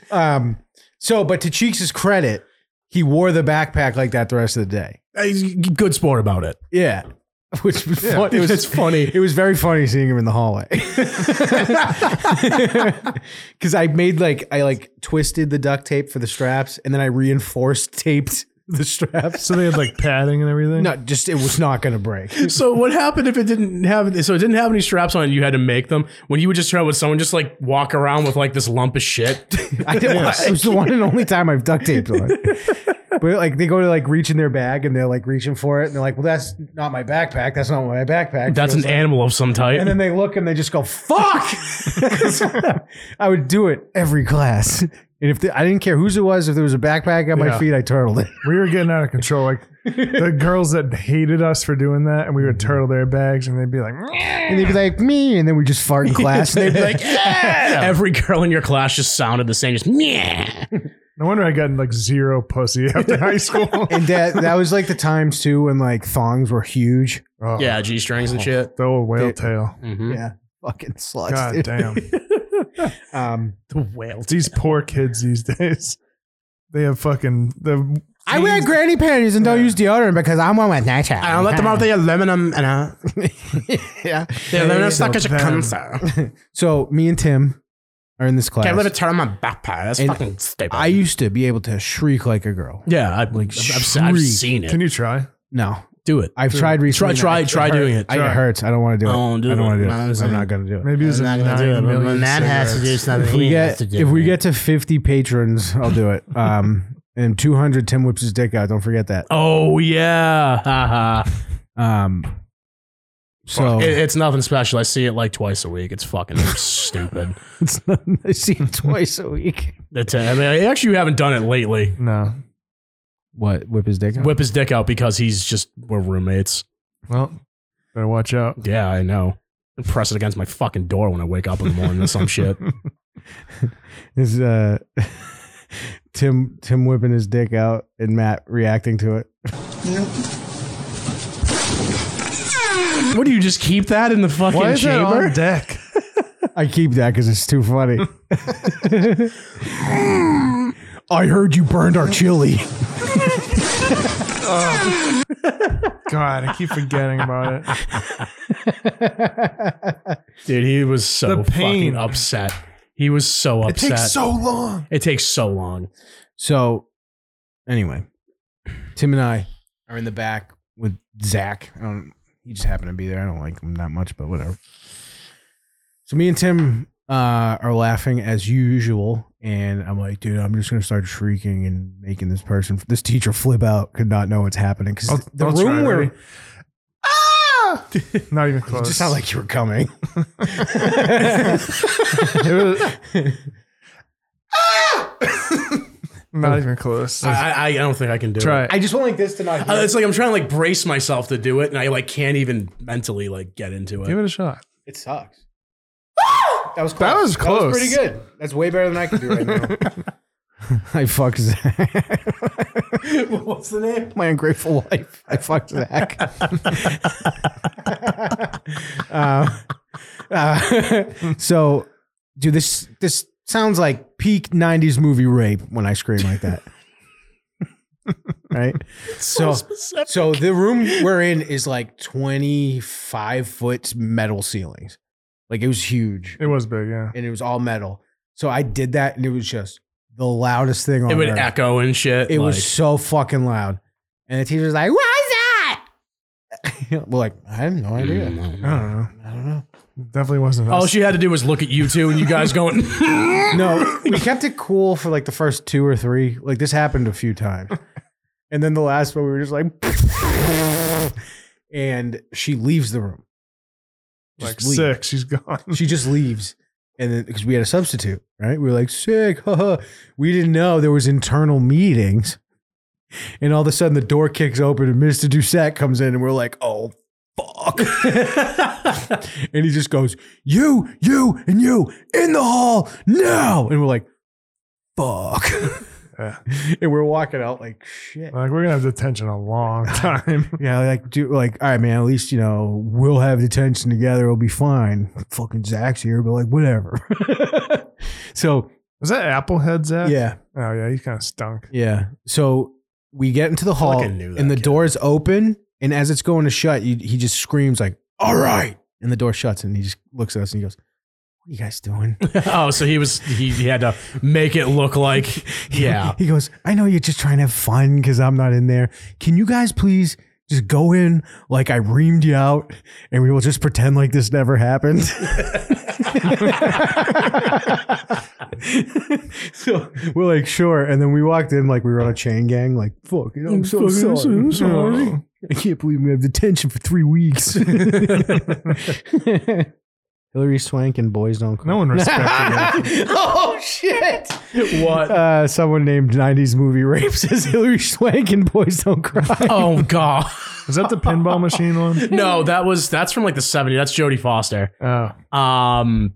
S1: um, so, but to Cheeks' credit, he wore the backpack like that the rest of the day.
S2: He's a Uh, Good sport about it.
S1: Yeah. Which was fun. It was,
S2: It's funny.
S1: It was very funny seeing him in the hallway. Cause I made like I like twisted the duct tape for the straps and then I reinforced taped the straps.
S3: so they had like padding and everything.
S1: No, just it was not gonna break.
S2: So what happened if it didn't have? So it didn't have any straps on. it, You had to make them. When you would just try, would someone just like walk around with like this lump of shit?
S1: I didn't want, it was the one and only time I've duct taped on. But like they go to like reach in their bag and they're like reaching for it and they're like, well, that's not my backpack. That's not my backpack.
S2: That's an animal of some type.
S1: And then they look and they just go, fuck. 'Cause I would do it every class. And if the, I didn't care whose it was, if there was a backpack on my
S3: Yeah.
S1: feet, I turtled it.
S3: We were getting out of control. Like the girls that hated us for doing that, and we would turtle their bags, and they'd be like,
S1: And they'd be like, me. And then we just fart in class. And they'd be like,
S2: Every girl in your class just sounded the same. Just yeah.
S3: "No wonder I got like zero pussy after high school."
S1: and that, that was like the times too when like thongs were huge.
S3: Oh,
S2: Yeah, G strings and shit.
S3: the old whale
S1: Dude.
S3: tail.
S2: Mhm.
S1: Yeah. Fucking sluts.
S3: God
S1: dude.
S3: damn,
S1: Um,
S2: The whale.
S3: these poor kids these days. They have fucking the.
S1: I wear granny panties and don't use deodorant because I'm one with nature.
S2: I don't let them out. They aluminum and uh,
S1: yeah.
S2: they aluminum suckers are
S3: them.
S2: cancer.
S1: So me and Tim are in this class.
S2: Can't live a tear on my backpack. That's
S1: And
S2: fucking stupid.
S1: I used to be able to shriek like a girl.
S2: yeah, I, like, I've,
S1: Shriek.
S2: I've seen it.
S3: Can you try?
S1: No,
S2: do it?
S1: I've tried recently.
S2: Try,
S1: and
S2: try,
S1: I-
S2: try doing it.
S1: I, it hurts. I don't want to do it.
S2: I won't do
S1: I don't
S2: it.
S1: want to do it.
S2: No, I'm
S1: I'm
S2: saying-
S1: not going to do it.
S3: Maybe there's a nine million cigarettes.
S2: something.
S1: If we get if we get to 50 patrons, I'll do it. Um, and 200, Tim whips his dick out. Don't forget that.
S2: Oh yeah. Ha, ha.
S1: Um, So
S2: It- it's nothing special. I see it like twice a week. It's fucking stupid.
S1: it's not, I see it twice a week.
S2: It's, I mean, I- actually, you haven't done it lately.
S3: No.
S1: What whip his dick? out?
S2: Whip his dick out because he's just we're roommates.
S3: Well, better watch out.
S2: Yeah, I know. I press it against my fucking door when I wake up in the morning or some shit.
S1: is uh Tim Tim whipping his dick out and Matt reacting to it.
S2: What do you just keep that in the fucking
S3: Why is that
S2: chamber?
S3: on deck?
S1: I keep that because it's too funny. I heard you burned our chili.
S3: God, I keep forgetting about it.
S2: Dude, he was so
S3: The pain.
S2: fucking upset. He was so
S3: It
S2: upset.
S3: takes so long.
S2: It takes so long.
S1: So, anyway, Tim and I are in the back with Zach. I don't, he just happened to be there. I don't like him that much, but whatever. So me and Tim uh, are laughing as usual, and I'm like, dude, I'm just gonna start shrieking and making this person, this teacher, flip out. Could not know what's happening
S3: I'll-
S1: because the
S3: I'll Oh, try
S1: room
S3: it,
S1: where
S3: ready? Ah! Not even close.
S1: it just sounded like you were coming.
S3: Not even close.
S2: I, I, I don't think I can do
S3: Try
S2: it.
S3: it.
S1: I just want like this to not.
S2: Uh, it's like I'm trying to like brace myself to do it, and I like can't even mentally like get into it.
S3: Give it a shot.
S1: It sucks. That was close.
S3: That was close.
S1: pretty good. That's way better than I can do right now. I fucked Zach. What's the name? My ungrateful wife. I fucked Zach. Uh, uh, so, dude, this this sounds like peak '90s movie rape when I scream like that. right. so-
S2: so, specific.
S1: So the room we're in is like 25 foot metal ceilings. Like it was huge
S3: It was big, yeah.
S1: and it was all metal. So I did that and it was just the loudest thing on
S2: it
S3: Oh,
S2: would
S1: earth.
S2: echo and shit.
S1: It
S2: like-
S1: was so fucking loud. And the teacher's like, "Why is that? we're like, I have no idea.
S3: I don't know.
S1: I don't know.
S3: Definitely wasn't.
S1: Oh,
S2: All
S3: us.
S2: she had to do was look at you two and you guys going,
S1: No, we kept it cool for like the first two or three. Like this happened a few times. And then the last one, we were just like, and she leaves the room.
S3: like
S1: leave.
S3: sick. She's gone.
S1: she just leaves. And then because we had a substitute, right? We were like, sick, haha. We didn't know there was internal meetings. And all of a sudden the door kicks open and Mr. Doucette comes in and we're like, oh fuck. and he just goes, You, you, and you in the hall now. And we're like, fuck.
S3: Yeah.
S1: and we're walking out like shit.
S3: Like we're gonna have detention a long time.
S1: Yeah, like do like all right, man. At least you know we'll have detention together. It'll be fine. Fucking Zach's here, but like whatever. so
S3: Was that Applehead Zach?
S1: yeah,
S3: Oh yeah, he kind of stunk.
S1: yeah. So we get into the hall,
S2: like I knew that
S1: and the
S2: kid.
S1: door is open. And as it's going to shut, you, he just screams like, "All right!" And the door shuts, and he just looks at us and he goes, "What are you guys doing?"
S2: oh, so he was, he, he had to make it look like, yeah.
S1: He goes, I know you're just trying to have fun because I'm not in there. Can you guys please just go in like I reamed you out and we will just pretend like this never happened? so we're like, sure. And then we walked in like we were on a chain gang, like, fuck, you know, I'm so sorry. I'm sorry. I can't believe we have detention for three weeks. Hillary Swank and Boys Don't Cry.
S3: No one respected him.
S1: oh, shit
S2: What?
S1: uh, someone named 90s movie rape says Hillary Swank and Boys Don't Cry.
S2: Oh, God.
S3: Was that the pinball machine one?
S2: No, that was, that's from like the 70s. That's Jodie Foster.
S3: Oh,
S2: Um,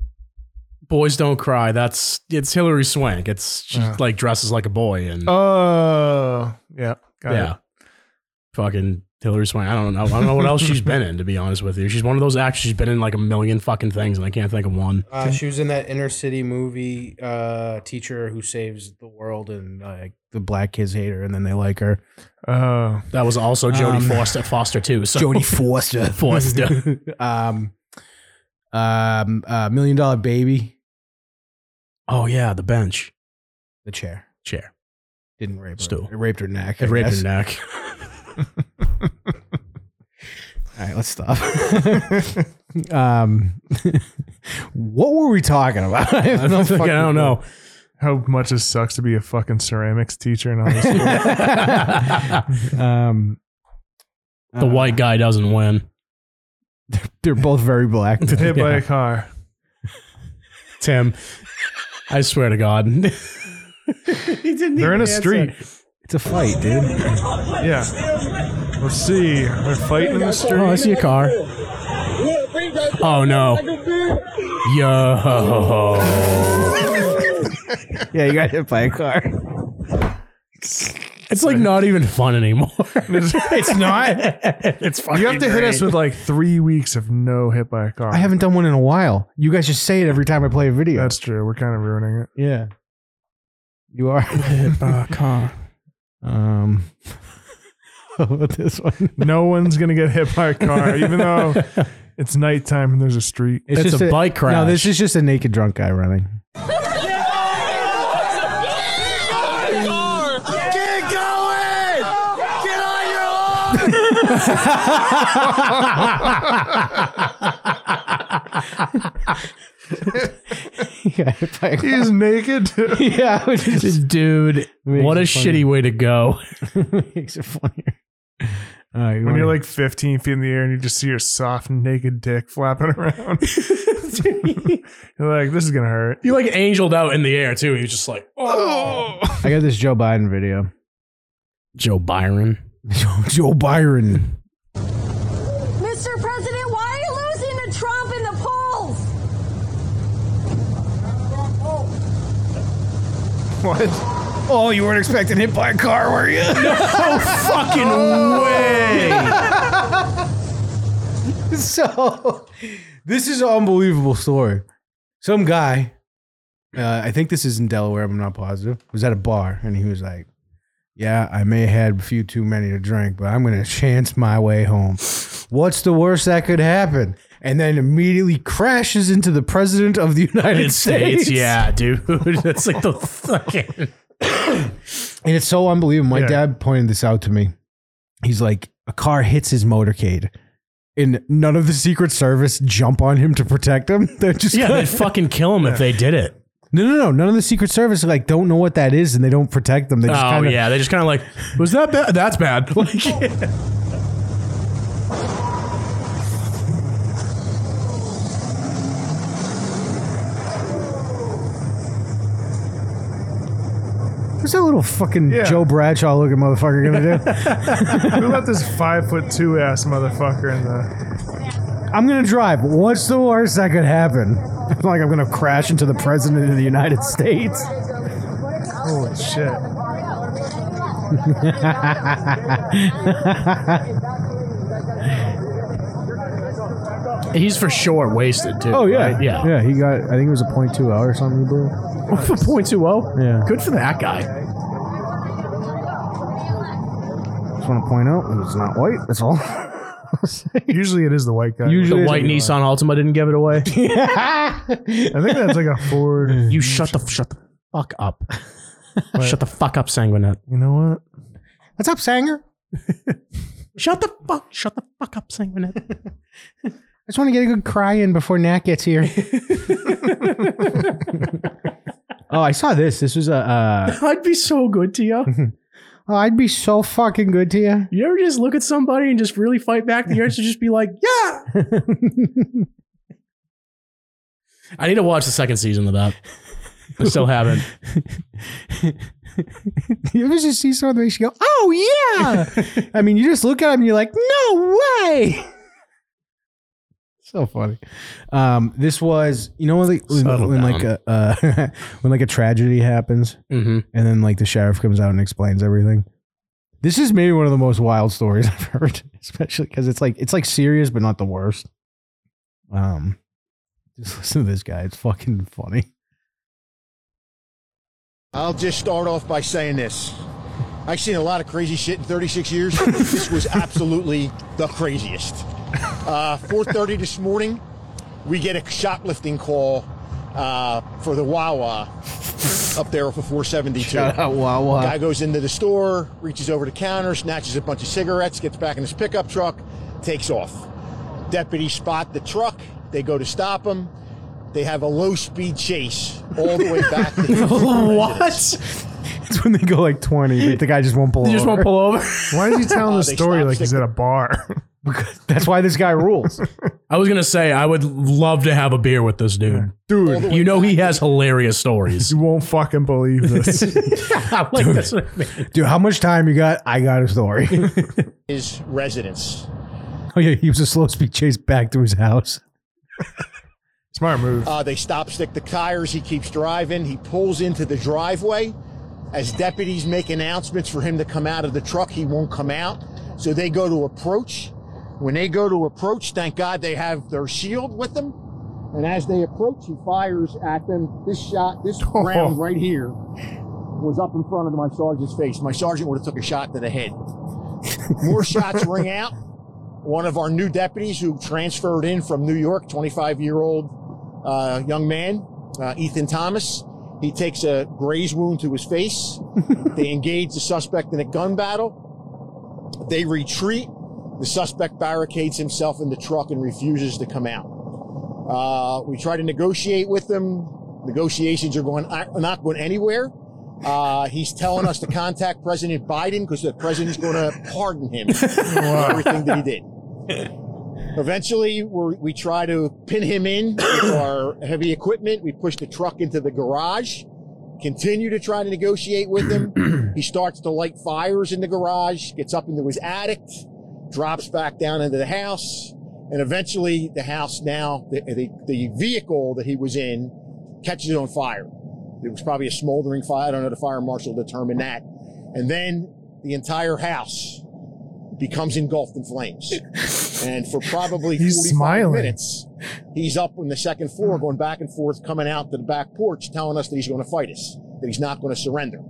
S2: Boys Don't Cry. That's, it's Hillary Swank. It's, she
S3: Yeah.
S2: like dresses like a boy and,
S3: oh, yeah, got
S2: yeah.
S3: it.
S2: Fucking Hillary Swank. I don't know. I don't know what else she's been in, to be honest with you. She's one of those actors. She's been in like a million fucking things and I can't think of one.
S1: Uh, she was in that inner city movie, uh, teacher who saves the world, and like the black kids hate her, and then they like her.
S3: Oh,
S2: That was also Jodie
S1: Um,
S2: Foster, Foster too. So.
S1: Jodie Foster.
S2: Foster.
S1: um, um, uh, Million Dollar Baby.
S2: Oh yeah, the bench
S1: The chair
S2: chair.
S1: didn't rape her.
S2: Still.
S1: It raped her neck.
S2: It
S1: I
S2: raped
S1: guess.
S2: her neck.
S1: All right, let's stop. um, what were we talking about? I have no
S2: I
S1: fucking
S2: don't
S1: clue.
S2: know.
S3: how much it sucks to be a fucking ceramics teacher and all this.
S1: um,
S2: The white guy doesn't win.
S1: They're both very black.
S3: hit by a car.
S2: Tim, I swear to God. he didn't
S3: They're in a
S2: even answer.
S3: street.
S1: It's a fight, dude.
S3: Yeah. Let's see. They're fighting in the
S2: Oh, I
S3: street.
S2: see a car. Oh, no. Yo.
S1: Yeah, you got hit by a car.
S2: It's like not even fun anymore. it's not. It's fucking
S3: You have to hit us with like three weeks of no hit by a car.
S1: I haven't done one in a while. You guys just say it every time I play a video.
S3: That's true. We're kind of ruining it.
S1: yeah. You are.
S2: a car.
S1: Um, how about this one?
S3: No one's gonna get hit by a car, even though it's nighttime and there's a street.
S1: It's
S2: That's
S1: just
S2: a bike crash.
S1: No, this is just a naked drunk guy running.
S5: Get going! Get on your horse!
S1: He got hit by a car.
S3: He's naked. too.
S1: yeah, which is
S2: Dude,
S1: Makes
S2: what a
S1: it funny.
S2: shitty way to go.
S1: makes it funnier. All right, you
S3: when
S1: wanna-
S3: you're like 15 feet in the air and you just see your soft naked dick flapping around, you're like, "This is gonna hurt."
S2: You like angeled out in the air too. He was just like, oh.
S1: I got this Joe Biden video.
S2: Joe Byron.
S1: Joe, Joe Byron.
S4: Mr. President, why are you losing to Trump in the polls?
S3: What?
S1: Oh, you weren't expecting hit by a car, were you?
S2: Fucking way.
S1: so this is an unbelievable story. Some guy, uh, I think this is in Delaware, but I'm not positive, was at a bar and he was like, Yeah, I may have had a few too many to drink, but I'm going to chance my way home. What's the worst that could happen? And then immediately crashes into the president of the United
S2: United
S1: States.
S2: States. Yeah, dude. That's like the fucking.
S1: And it's so unbelievable. My
S3: Yeah.
S1: dad pointed this out to me. He's like, a car hits his motorcade. And none of the Secret Service jump on him to protect him. They're just
S2: Yeah,
S1: gonna-
S2: they'd fucking kill him if they did it.
S1: No, no, no. None of the Secret Service like don't know what that is, and they don't protect them. They just
S2: Oh
S1: kind of
S2: yeah, they just kind of like, was that bad? That's bad. Like,
S1: what's that little fucking
S3: Yeah.
S1: Joe Bradshaw looking motherfucker gonna do?
S3: Who let this five foot two ass motherfucker in the?
S1: I'm gonna drive. What's the worst that could happen? It's not like I'm gonna crash into the president of the United States.
S3: Holy shit!
S2: he's for sure wasted too.
S1: Oh yeah,
S2: right? yeah.
S1: yeah. He got. I think it was a point two hour or something. He blew.
S2: Point two zero.
S1: Yeah.
S2: Good for that guy.
S1: Just want to point out it was not white. That's all.
S3: Usually it is the white guy.
S2: The
S1: Usually-
S2: white Nissan Altima didn't give it away.
S3: I think that's like a Ford. You
S2: You shut the shut the fuck up. shut the fuck up, Sanguinet.
S3: know what?
S1: What's up, Sanger?
S2: Shut the fuck. Shut the fuck up, Sanguinet.
S1: I just want to get a good cry in before Nat gets here. oh, I saw this. This was a. Uh,
S2: I'd be so good to you.
S1: oh, I'd be so fucking good to you.
S2: You ever just look at somebody and just really fight back the urge to just be like, yeah. I need to watch the second season of that. I still haven't.
S1: You ever just see someone that makes you go, oh, yeah. I mean, you just look at him and you're like, no way. so funny. Um, this was, you know, when, like, when,
S2: Settle
S1: when
S2: down.
S1: like a, uh, when like a tragedy happens
S2: Mm-hmm.
S1: and then like the sheriff comes out and explains everything. This is maybe one of the most wild stories I've heard, especially because it's like, it's like serious, but not the worst. Um, just listen to this guy. It's fucking funny.
S7: I'll just start off by saying this. I've seen a lot of crazy shit in 36 years. this was absolutely the craziest. Uh, 4:30 this morning, we get a shoplifting call uh, for the Wawa up there for 472. Guy goes into the store, reaches over the counter, snatches a bunch of cigarettes, gets back in his pickup truck, takes off. Deputies spot the truck. They go to stop him. They have a low-speed chase all the way back. To
S2: what?
S1: It's when they go like 20. but The guy just won't pull
S2: You just
S1: over.
S2: won't pull over.
S3: Why is he telling the
S7: they
S3: story
S7: stopped
S3: like he's at a bar?
S1: That's why this guy rules.
S2: I was gonna say I would love to have a beer with this dude.
S3: Dude,
S2: You know he has hilarious stories.
S3: you won't fucking believe this.
S2: like, that's what I mean.
S1: Dude, how much time you got? I got a story.
S7: his residence.
S1: oh yeah, he was a slow speed chase back to his house.
S3: Smart move.
S7: Uh, they stop stick the tires. He keeps driving. He pulls into the driveway. As deputies make announcements for him to come out of the truck, he won't come out. So they go to approach. When they go to approach, thank God they have their shield with them. And as they approach, he fires at them. This shot, this round right here, was up in front of my sergeant's face. My sergeant would have took a shot to the head. More shots ring out. One of our new deputies who transferred in from New York, 25 year old uh, young man, uh, Ethan Thomas. He takes a graze wound to his face. they engage the suspect in a gun battle. They retreat. The suspect barricades himself in the truck and refuses to come out. Uh, we try to negotiate with them. Negotiations are going are not going anywhere. Uh, he's telling us to contact President Biden because the president's going to pardon him for everything that he did. Eventually, we're, we try to pin him in with our heavy equipment. We push the truck into the garage, continue to try to negotiate with him. he starts to light fires in the garage, gets up into his attic, drops back down into the house, and eventually the house now, the, the, the vehicle that he was in catches on fire. It was probably a smoldering fire. I don't know. The fire marshal determined that. And then the entire house becomes engulfed in flames. And for probably
S3: He's
S7: 45
S3: smiling.
S7: minutes, he's up on the second floor going back and forth, coming out to the back porch, telling us that he's going to fight us, that he's not going to surrender.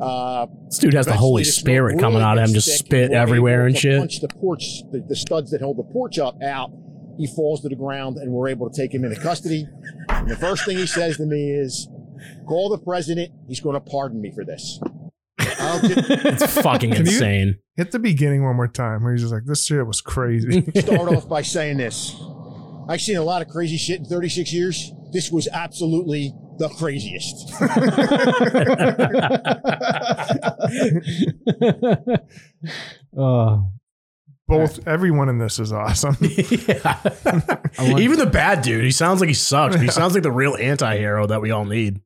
S7: Uh,
S2: This dude has the Holy Spirit coming out of him, just spit everywhere and shit.
S7: Punch the porch, the, the studs that hold the porch up out. He falls to the ground, and we're able to take him into custody. And the first thing he says to me is, "Call the president. He's going to pardon me for this." I'll get,
S2: It's fucking
S3: Can you-
S2: insane.
S3: Hit the beginning one more time where he's just like, this shit was crazy.
S7: start off by saying this: I've seen a lot of crazy shit in 36 years. This was absolutely the craziest.
S1: Uh,
S3: Both, everyone in this is awesome.
S2: Even the bad dude, he sounds like he sucks. But he sounds like the real anti-hero that we all need.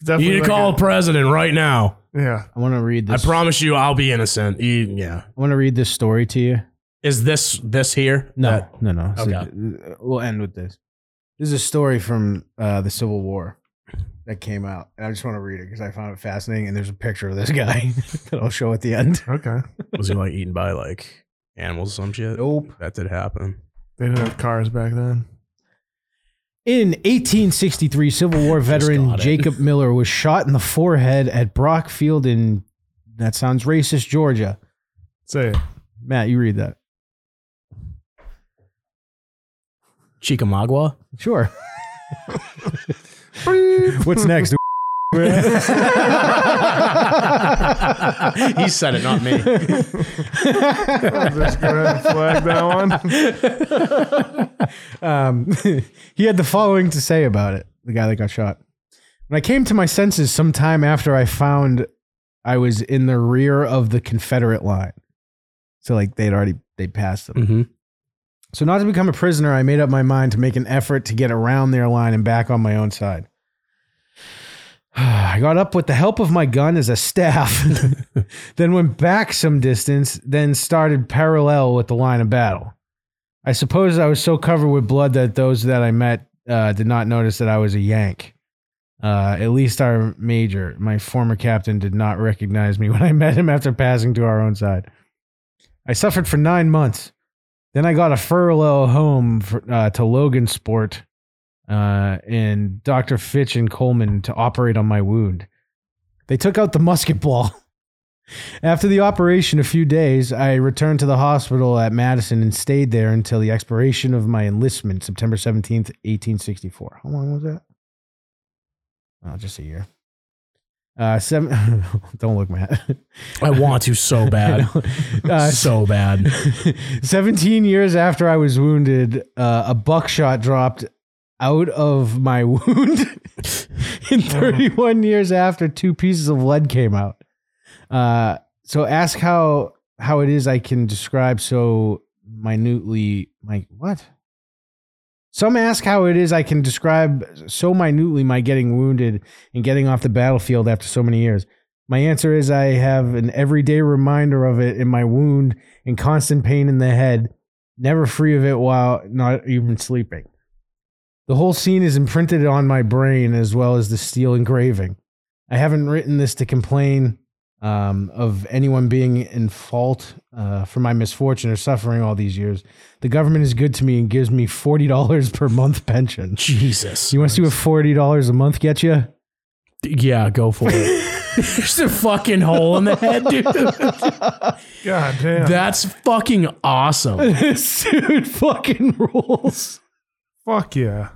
S3: Definitely
S2: You need to
S3: like
S2: call a president right now.
S3: a- yeah.
S1: I want to read
S2: I
S1: this.
S2: promise you, I'll be innocent. E- yeah.
S1: I want to read this story to you.
S2: Is this this here?
S1: No,
S2: That-
S1: no, no. So,
S2: Okay.
S1: uh, we'll end with this. This is a story from uh, the Civil War that came out, and I just want to read it because I found it fascinating. And there's a picture of this guy that I'll show at the end.
S3: Okay.
S2: was he like eaten by like animals or some shit?
S1: Nope.
S2: That did happen.
S3: They didn't have cars back then.
S1: In 1863, Civil War veteran
S2: got it.
S1: Jacob Miller was shot in the forehead at Brock Field in that sounds racist, Georgia.
S3: Say it.
S1: Matt, you read that?
S2: Chickamauga.
S1: Sure. What's next?
S2: he said it, not me.
S3: Let's go ahead and flag that one.
S1: um, he had the following to say about it the guy that got shot. When I came to my senses sometime after I found I was in the rear of the Confederate line. So, like, they'd already they passed them.
S2: Mm-hmm.
S1: So, not to become a prisoner, I made up my mind to make an effort to get around their line and back on my own side. I got up with the help of my gun as a staff, then went back some distance, then started parallel with the line of battle. I suppose I was so covered with blood that those that I met uh, did not notice that I was a Yank. Uh, at least our major, my former captain, did not recognize me when I met him after passing to our own side. I suffered for nine months. Then I got a furlough home for, uh, to Logansport, uh, and Doctor Fitch and Coleman to operate on my wound. They took out the musket ball. After the operation, a few days, I returned to the hospital at Madison and stayed there until the expiration of my enlistment, September seventeenth, eighteen sixty-four. How long was that? Oh, just a year. Uh, seven. don't look, Matt.
S2: I want to so bad.
S1: uh,
S2: so bad.
S1: 17 years after I was wounded, uh, a buckshot dropped out of my wound. In 31 years after, two pieces of lead came out. Uh, so ask how how it is I can describe so minutely. My what? Some ask how it is I can describe so minutely my getting wounded and getting off the battlefield after so many years. My answer is I have an everyday reminder of it in my wound and constant pain in the head, never free of it while not even sleeping. The whole scene is imprinted on my brain as well as the steel engraving. I haven't written this to complain um, of anyone being in fault uh, for my misfortune or suffering all these years. The government is good to me and gives me forty dollars per month pension.
S2: Jesus.
S1: You want to see what forty dollars a month gets you?
S2: Yeah, go for it. There's a fucking hole in the head, dude.
S3: God damn.
S2: That's fucking awesome.
S1: this dude fucking rules.
S3: Fuck yeah.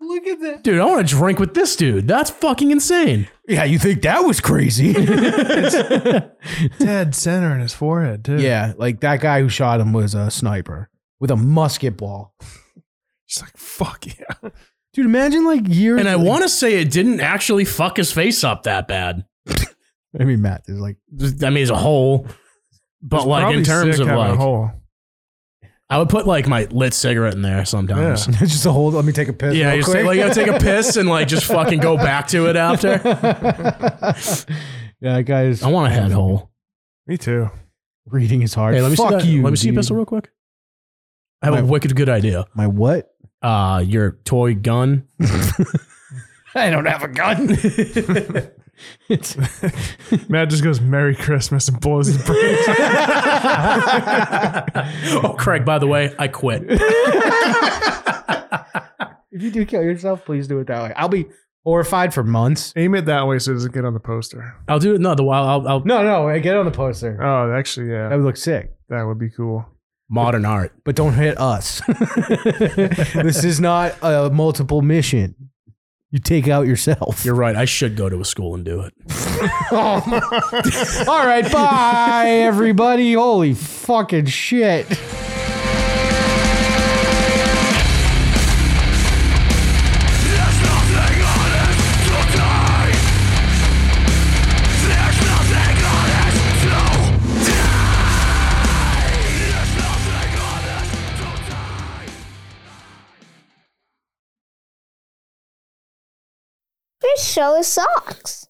S1: Look at that.
S2: Dude, I want to drink with this dude. That's fucking insane.
S1: Yeah, you think that was crazy?
S3: Dead center in his forehead, too.
S1: yeah, like that guy who shot him was a sniper with a musket ball.
S3: Just like, fuck yeah.
S1: Dude, imagine like years.
S2: And I want to say it didn't actually fuck his face up that bad.
S1: I mean, Matt is like,
S2: Just- I mean, as a whole, but
S3: It's
S2: like
S3: probably
S2: in terms
S3: sick
S2: of
S3: having a
S2: like,
S3: hole.
S2: I would put like my lit cigarette in there sometimes. Yeah.
S1: just a hold. Let me take a piss.
S2: Yeah,
S1: real
S2: you just
S1: quick.
S2: take, like you gotta take a piss and like just fucking go back to it after.
S1: yeah, that guy is
S2: I want a head hole.
S3: Me too.
S1: reading his heart.
S2: Hey, let me
S1: Fuck
S2: see that.
S1: you.
S2: let me see your
S1: dude.
S2: pistol real quick. I have a
S1: My-
S2: wicked good idea.
S1: My what?
S2: Uh, your toy gun.
S1: I don't have a gun. it's
S3: Matt just goes, Merry Christmas, and blows his brains.
S2: Oh, Craig, by the way, I quit.
S1: If you do kill yourself, please do it that way. I'll be horrified for months.
S3: Aim it that way so it doesn't get on the poster.
S2: I'll do it another while. I'll, I'll
S1: No, no, I get on the poster.
S3: Oh, actually,
S1: That
S3: yeah.
S1: would look sick.
S3: That would be cool.
S2: modern art.
S1: But don't hit us. this is not a multiple mission. You take out yourself.
S2: You're right. I should go to a school and do it.
S1: All right, bye everybody. Holy fucking shit.
S8: This show is socks.